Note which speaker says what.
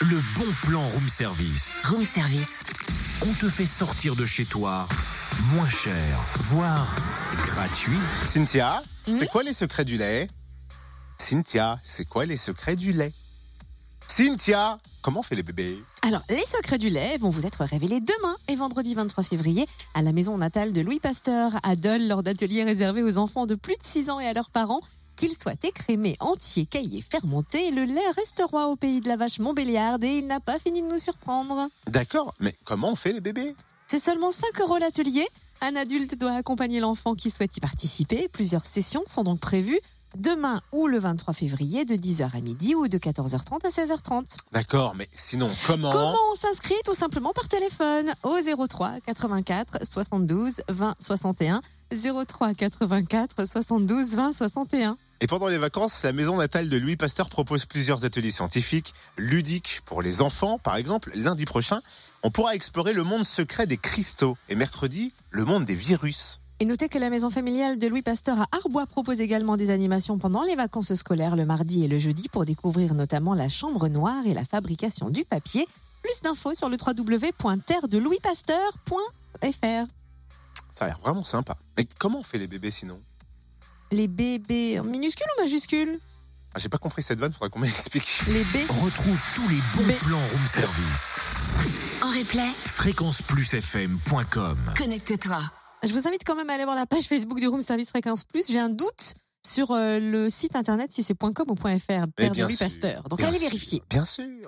Speaker 1: Le bon plan room service.
Speaker 2: Room service.
Speaker 1: On te fait sortir de chez toi moins cher, voire gratuit.
Speaker 3: Cynthia, c'est quoi les secrets du lait Cynthia, c'est quoi les secrets du lait Cynthia, comment on fait les bébés
Speaker 4: Alors, les secrets du lait vont vous être révélés demain et vendredi 23 février à la maison natale de Louis Pasteur à Dole lors d'ateliers réservés aux enfants de plus de 6 ans et à leurs parents. Qu'ils soient écrémés, entiers, caillés, fermentés, le lait reste roi au pays de la vache Montbéliarde et il n'a pas fini de nous surprendre.
Speaker 3: D'accord, mais comment on fait les bébés
Speaker 4: C'est seulement 5 euros l'atelier. Un adulte doit accompagner l'enfant qui souhaite y participer. Plusieurs sessions sont donc prévues demain ou le 23 février de 10h à midi ou de 14h30 à 16h30.
Speaker 3: D'accord, mais sinon comment,
Speaker 4: Comment on s'inscrit Tout simplement par téléphone au 03 84 72 20 61. 03 84 72 20 61.
Speaker 3: Et pendant les vacances, la maison natale de Louis Pasteur propose plusieurs ateliers scientifiques, ludiques pour les enfants. Par exemple, lundi prochain, on pourra explorer le monde secret des cristaux et mercredi, le monde des virus.
Speaker 4: Et notez que la maison familiale de Louis Pasteur à Arbois propose également des animations pendant les vacances scolaires le mardi et le jeudi pour découvrir notamment la chambre noire et la fabrication du papier. Plus d'infos sur le www.terredelouispasteur.fr.
Speaker 3: Ça a l'air vraiment sympa. Mais comment on fait les bébés sinon
Speaker 4: Les bébés en minuscules ou majuscules
Speaker 3: Ah, J'ai pas compris cette vanne, faudra qu'on m'explique.
Speaker 4: Les B.
Speaker 1: Retrouve tous les bons
Speaker 4: Mais-
Speaker 1: plans room service.
Speaker 2: En replay,
Speaker 1: Fréquenceplusfm.com
Speaker 2: connecte-toi.
Speaker 4: Je vous invite quand même à aller voir la page Facebook du Room Service Fréquence Plus. J'ai un doute sur euh, le site internet si c'est .com ou .fr, père de
Speaker 3: Eh bien
Speaker 4: Louis
Speaker 3: sûr,
Speaker 4: Pasteur. Donc
Speaker 3: Bien
Speaker 4: allez
Speaker 3: sûr,
Speaker 4: vérifier.
Speaker 3: Bien sûr.